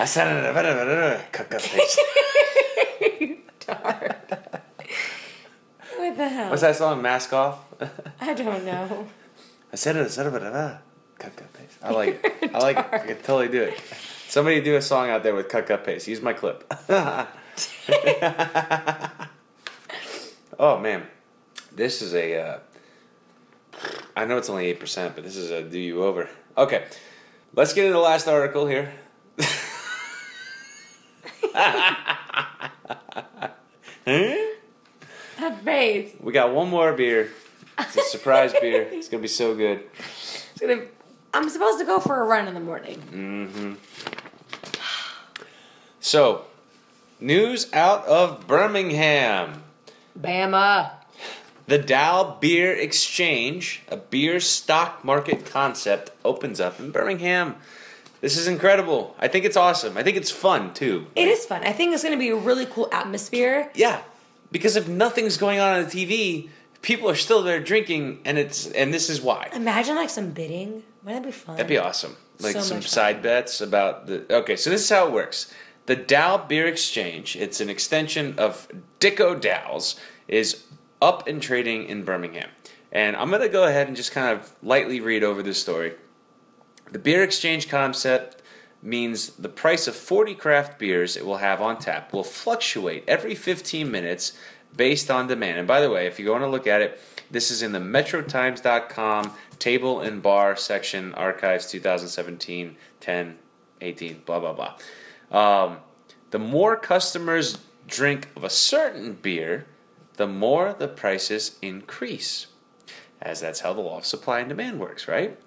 Speaker 2: I said it. cut cut paste
Speaker 3: what the hell?
Speaker 2: what's that song mask off
Speaker 3: I don't know.
Speaker 2: I said it. I said it. But, uh, cut, cut, paste. I like it. I like it. I can totally do it. Somebody do a song out there with cut, cut, paste. Use my clip. oh man, this is a. Uh, I know it's only eight percent, but this is a do you over. Okay, let's get into the last article here.
Speaker 3: That face.
Speaker 2: We got one more beer. It's a surprise beer. It's gonna be so good.
Speaker 3: It's gonna. I'm supposed to go for a run in the morning.
Speaker 2: So, news out of Birmingham.
Speaker 3: Bama.
Speaker 2: The Dow Beer Exchange, a beer stock market concept, opens up in Birmingham. This is incredible. I think it's awesome. I think it's fun too.
Speaker 3: It is fun. I think it's gonna be a really cool atmosphere.
Speaker 2: Yeah, because if nothing's going on on the TV, people are still there drinking, and it's and this is why.
Speaker 3: Imagine like some bidding. Wouldn't that be fun?
Speaker 2: That'd be awesome. Like
Speaker 3: So
Speaker 2: some
Speaker 3: much fun.
Speaker 2: side bets about the. Okay, so this is how it works. The Dow Beer Exchange, it's an extension of Dicko Dow's, is up and trading in Birmingham. And I'm going to go ahead and just kind of lightly read over this story. The beer exchange concept means the price of 40 craft beers it will have on tap will fluctuate every 15 minutes based on demand. And by the way, if you go on to look at it, this is in the metrotimes.com table and bar section, archives 2017, 10, 18, blah, blah, blah. Um, the more customers drink of a certain beer, the more the prices increase, as that's how the law of supply and demand works, right?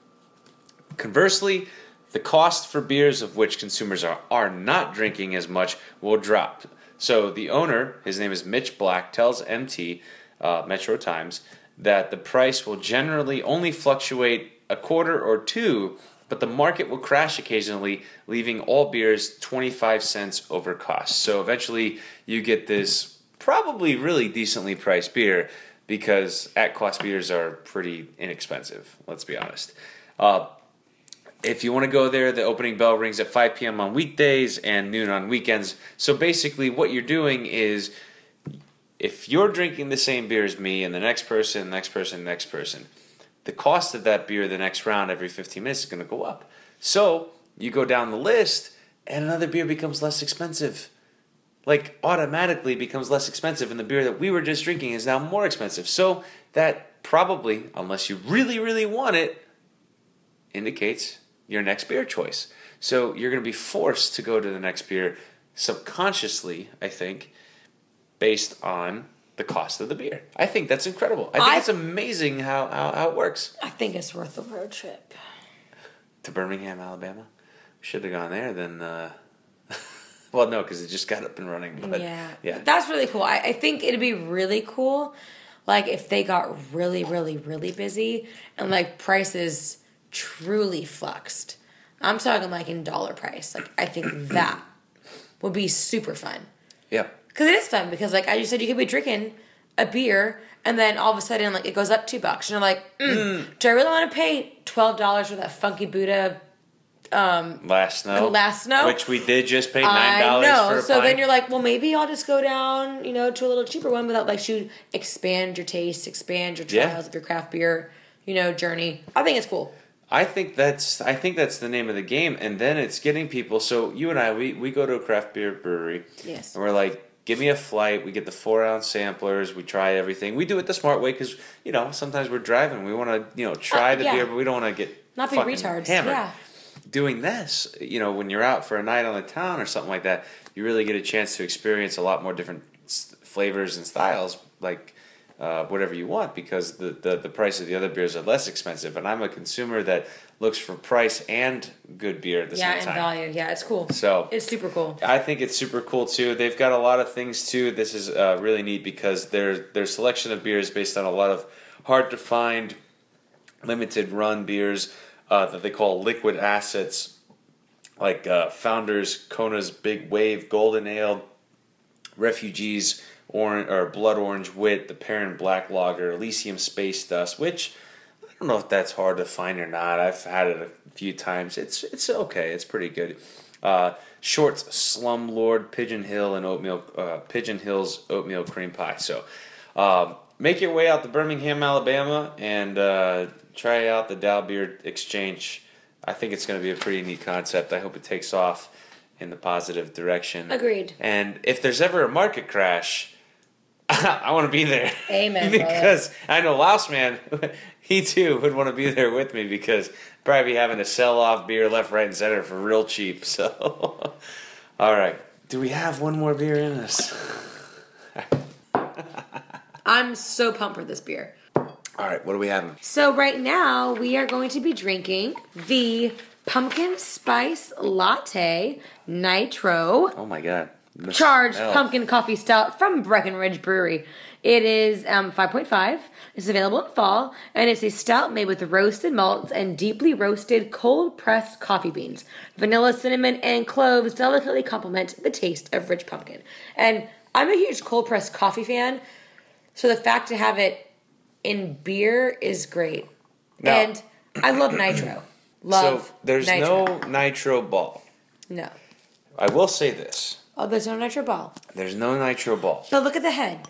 Speaker 2: Conversely, the cost for beers of which consumers are, are not drinking as much will drop. So the owner, his name is Mitch Black, tells MT, uh, Metro Times, that the price will generally only fluctuate a quarter or two, but the market will crash occasionally, leaving all beers 25 cents over cost. So eventually you get this probably really decently priced beer because at cost beers are pretty inexpensive, let's be honest. Uh, if you want to go there, the opening bell rings at 5 p.m. on weekdays and noon on weekends. So basically, what you're doing is if you're drinking the same beer as me and the next person, next person, next person, the cost of that beer the next round every 15 minutes is going to go up. So you go down the list and another beer becomes less expensive. Like automatically becomes less expensive, and the beer that we were just drinking is now more expensive. So that probably, unless you really, really want it, indicates your next beer choice. So you're going to be forced to go to the next beer subconsciously, I think, based on the cost of the beer. I think that's incredible. I think
Speaker 3: I-
Speaker 2: it's amazing how, how, how it works.
Speaker 3: I think it's worth the road trip.
Speaker 2: To Birmingham, Alabama. Should have gone there then. Uh, well, no, because it just got up and running. But
Speaker 3: yeah.
Speaker 2: yeah.
Speaker 3: But That's really cool. I, I think it'd be really cool, like, if they got really, really, really busy and, like, prices truly fluxed. I'm talking, like, in dollar price. Like, I think that would be super fun.
Speaker 2: yeah.
Speaker 3: Because it is fun, because, like, as you said, you could be drinking a beer and then all of a sudden, like, it goes up two bucks. And you're like, mm, do I really want to pay $12 for that funky Buddha?
Speaker 2: Last snow.
Speaker 3: Last snow?
Speaker 2: Which we did just pay $9
Speaker 3: I know.
Speaker 2: for a
Speaker 3: so
Speaker 2: pint.
Speaker 3: then you're like, well, maybe I'll just go down, you know, to a little cheaper one without like you expand your taste, expand your
Speaker 2: Yeah.
Speaker 3: trials of your craft beer, you know, journey. I think it's cool.
Speaker 2: I think that's I think that's the name of the game, and then it's getting people. So you and I, we, we go to a craft beer brewery,
Speaker 3: Yes.
Speaker 2: and we're like, give me a flight. We get the four ounce samplers. We try everything. We do it the smart way because you know sometimes we're driving. We want to you know try
Speaker 3: Uh,
Speaker 2: the
Speaker 3: yeah.
Speaker 2: beer, but we don't want to get
Speaker 3: Not be
Speaker 2: fucking
Speaker 3: retards.
Speaker 2: Hammered.
Speaker 3: Yeah.
Speaker 2: Doing this, you know, when you're out for a night on the town or something like that, you really get a chance to experience a lot more different s- flavors and styles. Like uh, whatever you want because the, the, the price of the other beers are less expensive. And I'm a consumer that looks for price and good beer at the
Speaker 3: Yeah,
Speaker 2: same
Speaker 3: and
Speaker 2: time.
Speaker 3: value. Yeah, it's cool.
Speaker 2: So-
Speaker 3: it's super cool.
Speaker 2: I think it's super cool too. They've got a lot of things too. This is uh, really neat because their their selection of beers based on a lot of hard to find, limited run beers uh, that they call liquid assets, like uh, Founders, Kona's Big Wave, Golden Ale, Refugees, Orange or Blood Orange Wit, the Parent Black Lager, Elysium Space Dust, which. I don't know if that's hard to find or not. I've had it a few times. It's it's okay. It's pretty good. Uh, Shorts Slumlord Pigeon Hill and oatmeal uh, Pigeon Hills oatmeal cream pie. So um, make your way out to Birmingham, Alabama, and uh, try out the Dow Beer Exchange. I think it's going to be a pretty neat concept. I hope it takes off in the positive direction.
Speaker 3: Agreed.
Speaker 2: And if there's ever a market crash, I want to be there.
Speaker 3: Amen, brother.
Speaker 2: because I know Laos man, he too would want to be there with me because probably be having to sell off beer left, right, and center for real cheap. So, all right. Do we have one more beer in us?
Speaker 3: I'm so pumped for this beer.
Speaker 2: All right. What do we have?
Speaker 3: So right now we are going to be drinking the pumpkin spice latte nitro.
Speaker 2: Oh my god. The
Speaker 3: charged
Speaker 2: smell.
Speaker 3: pumpkin coffee stout from Breckenridge Brewery. It is um, 5.5. It's available in fall, and it's a stout made with roasted malts and deeply roasted cold pressed coffee beans. Vanilla, cinnamon, and cloves delicately complement the taste of rich pumpkin. And I'm a huge cold pressed coffee fan, so the fact to have it in beer is great.
Speaker 2: Now-
Speaker 3: and I love nitro. Love
Speaker 2: So there's
Speaker 3: nitro.
Speaker 2: no nitro ball.
Speaker 3: no.
Speaker 2: I will say this.
Speaker 3: Oh, there's no nitro ball.
Speaker 2: There's no nitro ball.
Speaker 3: But look at the head.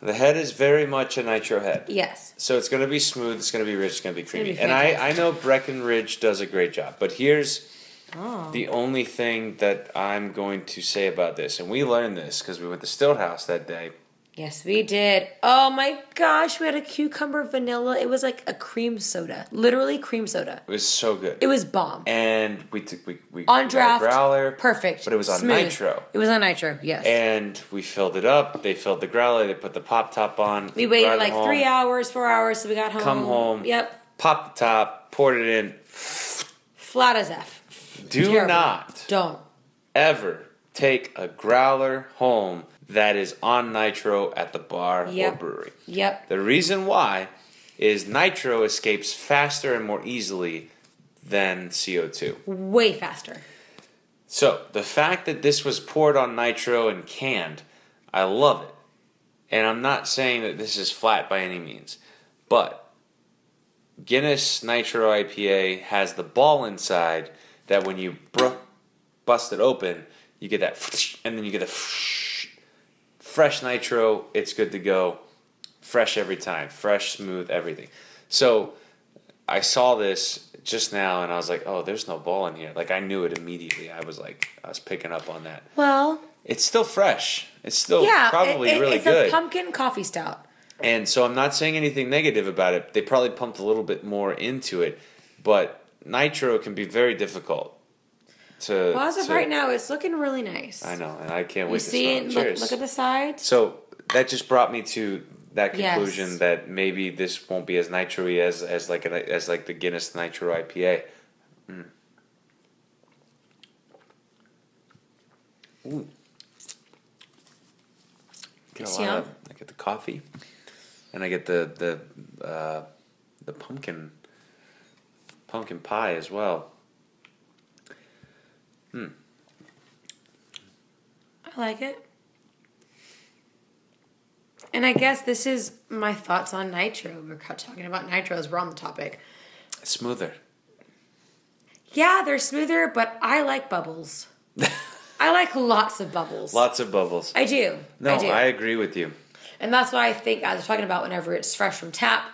Speaker 2: The head is very much a nitro head.
Speaker 3: Yes.
Speaker 2: So it's going to be smooth. It's going to be rich. It's going to be creamy.
Speaker 3: be
Speaker 2: and I, I know Breckenridge does a great job, but here's
Speaker 3: Oh.
Speaker 2: The only thing that I'm going to say about this, and we learned this because we went to Stilt House that day.
Speaker 3: Yes, we did. Oh my gosh, we had a cucumber vanilla. It was like a cream soda, literally cream soda.
Speaker 2: It was so good.
Speaker 3: It was bomb.
Speaker 2: and we took we, we we
Speaker 3: on
Speaker 2: got a
Speaker 3: draft,
Speaker 2: growler,
Speaker 3: perfect.
Speaker 2: but it was on
Speaker 3: Smooth.
Speaker 2: nitro,
Speaker 3: It was on nitro. Yes.
Speaker 2: and we filled it up. They filled the growler. They put the pop top on.
Speaker 3: we waited
Speaker 2: brought it
Speaker 3: like
Speaker 2: home,
Speaker 3: three hours, four hours, so we got home.
Speaker 2: Come home.
Speaker 3: Yep.
Speaker 2: Pop the top. Poured it in.
Speaker 3: Flat as f.
Speaker 2: Do
Speaker 3: Terrible.
Speaker 2: not
Speaker 3: Don't.
Speaker 2: ever take a growler home that is on nitro at the bar or
Speaker 3: Yep.
Speaker 2: brewery.
Speaker 3: Yep.
Speaker 2: The reason why is nitro escapes faster and more easily than CO2.
Speaker 3: Way faster.
Speaker 2: So the fact that this was poured on nitro and canned, I love it. And I'm not saying that this is flat by any means, but Guinness Nitro IPA has the ball inside that when you br- bust it open, you get that, and then you get the fresh nitro. It's good to go, fresh every time, fresh, smooth, everything. So I saw this just now and I was like, oh, there's no ball in here. Like I knew it immediately. I was like, I was picking up on that.
Speaker 3: Well,
Speaker 2: It's still fresh. It's still
Speaker 3: yeah, it-
Speaker 2: Oh, probably
Speaker 3: it-
Speaker 2: really
Speaker 3: it's
Speaker 2: good.
Speaker 3: a pumpkin coffee stout.
Speaker 2: and so I'm not saying anything negative about it. They probably pumped a little bit more into it, but nitro can be very difficult to.
Speaker 3: Well, as of
Speaker 2: to-
Speaker 3: right now, it's looking really nice.
Speaker 2: I know, and I can't
Speaker 3: You
Speaker 2: wait to
Speaker 3: see
Speaker 2: smell it.
Speaker 3: it? Look,
Speaker 2: Cheers.
Speaker 3: look at the sides.
Speaker 2: So that just brought me to that
Speaker 3: Yes.
Speaker 2: conclusion that maybe this won't be as nitro-y as as like an, as like the Guinness Nitro IPA. Mm. Ooh. Get a
Speaker 3: It's
Speaker 2: lot
Speaker 3: yum.
Speaker 2: of- I get the coffee, and I get the the uh, the pumpkin pumpkin pie as well.
Speaker 3: I like it. And I guess this is my thoughts on nitro. We're ca- talking about nitros. We're on the topic.
Speaker 2: It's smoother.
Speaker 3: Yeah, they're smoother, but I like bubbles. I like lots of bubbles.
Speaker 2: Lots of bubbles.
Speaker 3: I do.
Speaker 2: no,
Speaker 3: I do.
Speaker 2: I agree with you.
Speaker 3: and that's why I think I was talking about whenever it's fresh from tap,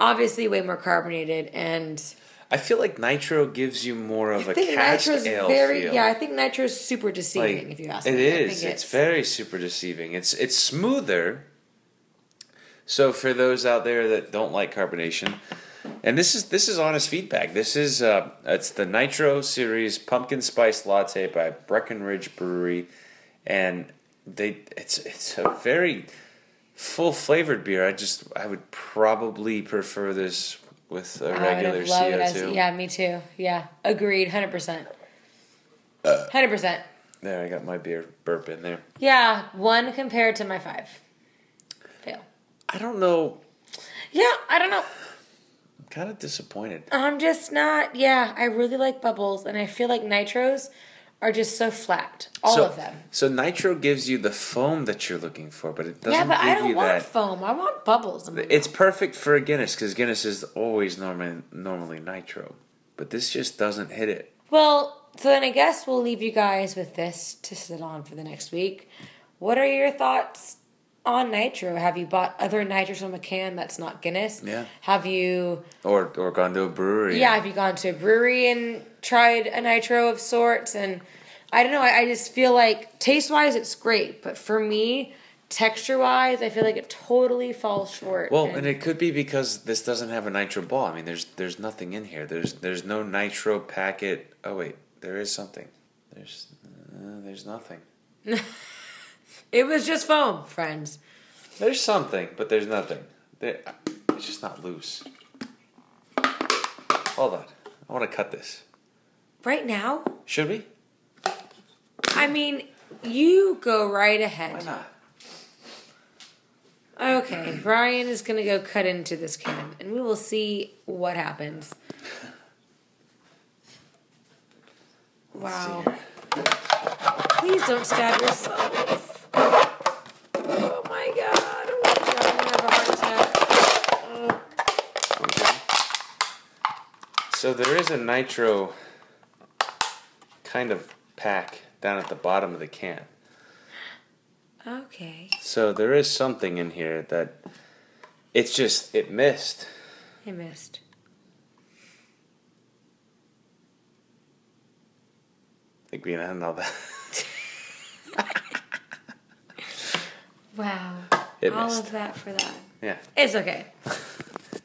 Speaker 3: obviously way more carbonated. And
Speaker 2: I feel like nitro gives you more of
Speaker 3: I
Speaker 2: a
Speaker 3: think
Speaker 2: cask
Speaker 3: nitro's
Speaker 2: ale
Speaker 3: very
Speaker 2: feel.
Speaker 3: yeah. I think nitro's super deceiving.
Speaker 2: Like,
Speaker 3: if you ask
Speaker 2: it
Speaker 3: me, I think
Speaker 2: is. It's very super deceiving. It's it's smoother. So for those out there that don't like carbonation, and this is this is honest feedback. This is uh, it's the Nitro series pumpkin spice latte by Breckenridge Brewery, and they it's it's a very full flavored beer. I just I would probably prefer this with a
Speaker 3: I would
Speaker 2: regular
Speaker 3: have loved
Speaker 2: CO
Speaker 3: it as-
Speaker 2: two.
Speaker 3: Yeah, me too. Yeah, agreed, hundred percent. Hundred percent.
Speaker 2: There, I got my beer burp in there.
Speaker 3: Yeah, one compared to my five. Fail.
Speaker 2: I don't know.
Speaker 3: Yeah, I don't know.
Speaker 2: I'm kind of disappointed.
Speaker 3: I'm just not. Yeah, I really like bubbles, and I feel like nitros are just so flat. All
Speaker 2: so,
Speaker 3: of them.
Speaker 2: So nitro gives you the foam that you're looking for, but it doesn't
Speaker 3: Yeah, but
Speaker 2: give
Speaker 3: I don't
Speaker 2: you
Speaker 3: want
Speaker 2: that.
Speaker 3: foam. I want bubbles. in my
Speaker 2: It's perfect for a Guinness because Guinness is always normally normally nitro, but this just doesn't hit it.
Speaker 3: Well, so then I guess we'll leave you guys with this to sit on for the next week. What are your thoughts on nitro? Have you bought other nitros from a can that's not Guinness?
Speaker 2: Yeah.
Speaker 3: Have you
Speaker 2: Or or gone to a brewery.
Speaker 3: yeah, have you gone to a brewery and tried a nitro of sorts and I don't know, I, I just feel like taste wise it's great, but for me, texture wise, I feel like it totally falls short.
Speaker 2: Well, and it could be because this doesn't have a nitro ball. I mean, there's there's nothing in here. There's there's no nitro packet. Oh wait, there is something. There's uh, there's nothing.
Speaker 3: it was just foam, friends.
Speaker 2: There's something, but there's nothing. There, it's just not loose. Hold on. I want to cut this.
Speaker 3: Right now,
Speaker 2: Should we?
Speaker 3: I mean, you go right ahead.
Speaker 2: Why not?
Speaker 3: Okay, Brian is gonna go cut into this can, and we will see what happens. Wow! Please don't stab yourself. Oh my god! Oh my God, I'm gonna have a heart attack.
Speaker 2: Okay. So there is a nitro kind of pack down at the bottom of the can.
Speaker 3: Okay.
Speaker 2: So there is something in here that it's just it missed.
Speaker 3: I missed.
Speaker 2: the green onion and all that.
Speaker 3: Wow.
Speaker 2: It
Speaker 3: All
Speaker 2: missed.
Speaker 3: of that for that.
Speaker 2: yeah.
Speaker 3: It's okay.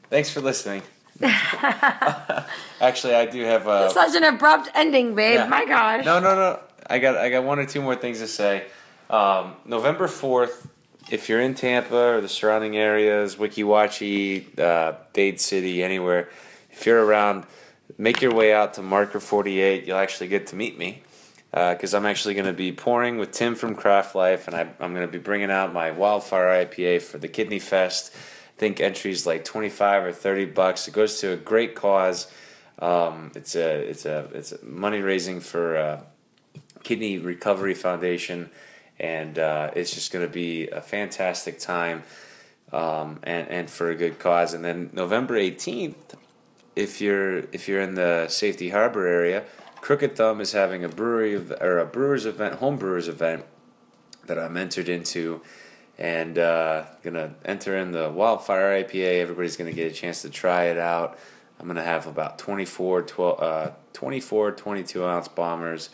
Speaker 2: Thanks for listening. Actually, I do have. Uh,
Speaker 3: Such an abrupt ending, babe.
Speaker 2: Yeah.
Speaker 3: My gosh.
Speaker 2: No, no, no. I got I got one or two more things to say. Um, November fourth, if you're in Tampa or the surrounding areas, Wikiwachi, uh, Dade City, anywhere, if you're around, make your way out to Marker Forty Eight. You'll actually get to meet me because I'm actually going to be pouring with Tim from Craft Life, and I, I'm going to be bringing out my Wildfire IPA for the Kidney Fest. I think entries like 25 or 30 bucks. It goes to a great cause. Um, it's a it's a it's money raising for uh, Kidney Recovery Foundation, and uh, it's just going to be a fantastic time, um, and and for a good cause. And then November eighteenth, if you're if you're in the Safety Harbor area, Crooked Thumb is having a brewery ev- or a brewers event, home brewers event that I'm entered into, and uh, gonna enter in the Wildfire IPA. Everybody's gonna get a chance to try it out. I'm gonna have about 24, 12, uh, 24 22 ounce bombers,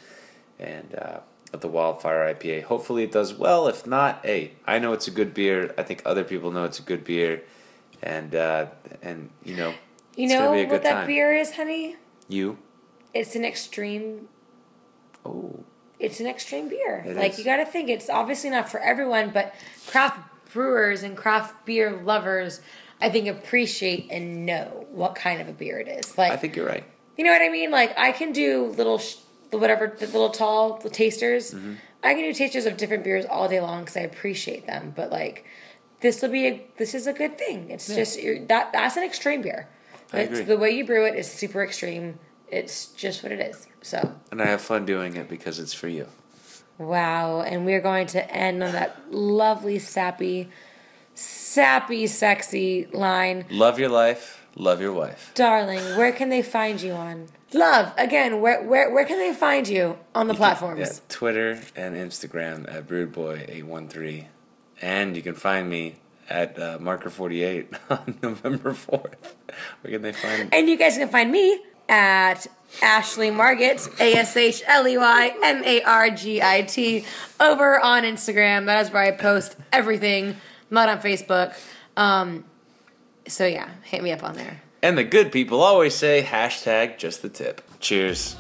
Speaker 2: and uh, of the Wildfire IPA. Hopefully it does well. If not, hey, I know it's a good beer. I think other people know it's a good beer, and uh, and you know.
Speaker 3: You
Speaker 2: it's gonna
Speaker 3: know
Speaker 2: be a
Speaker 3: what
Speaker 2: good
Speaker 3: that
Speaker 2: time.
Speaker 3: beer is, honey?
Speaker 2: You.
Speaker 3: It's an extreme.
Speaker 2: Oh.
Speaker 3: It's an extreme beer.
Speaker 2: It
Speaker 3: like
Speaker 2: is.
Speaker 3: you got to think, it's obviously not for everyone, but craft brewers and craft beer lovers, I think, appreciate and know what kind of a beer it is. Like
Speaker 2: I think you're right.
Speaker 3: You know what I mean? Like I can do little sh- the whatever the little tall the tasters.
Speaker 2: Mm-hmm.
Speaker 3: I can do tasters of different beers all day long because I appreciate them. But like this will be a this is a good thing. It's just you're, that that's an extreme beer.
Speaker 2: I
Speaker 3: It's-
Speaker 2: agree.
Speaker 3: The way you brew it is super extreme. It's just what it is. So
Speaker 2: And I have fun doing it because it's for you.
Speaker 3: wow, and we're going to end on that lovely sappy, sappy, sexy line.
Speaker 2: Love your life, love your wife.
Speaker 3: Darling, where can they find you on? Love, again, where where where can they find you on the platforms?
Speaker 2: Yeah, Twitter and Instagram at broodboy813. And you can find me at uh, marker48 on November 4th. Where can they find
Speaker 3: And you guys can find me at Ashley Margit, A S H L E Y M A R G I T, over on Instagram. That is where I post everything. I'm not on Facebook. Um, so yeah, hit me up on there.
Speaker 2: And the good people always say hashtag just the tip. Cheers.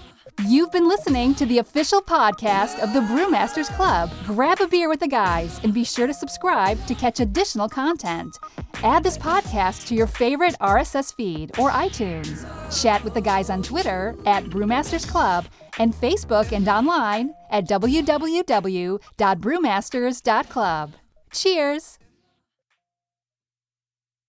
Speaker 1: You've been listening to the official podcast of the Brewmasters Club. Grab a beer with the guys and be sure to subscribe to catch additional content. Add this podcast to your favorite RSS feed or iTunes. Chat with the guys on Twitter at Brewmasters Club and Facebook and online at www.brewmasters.club. Cheers!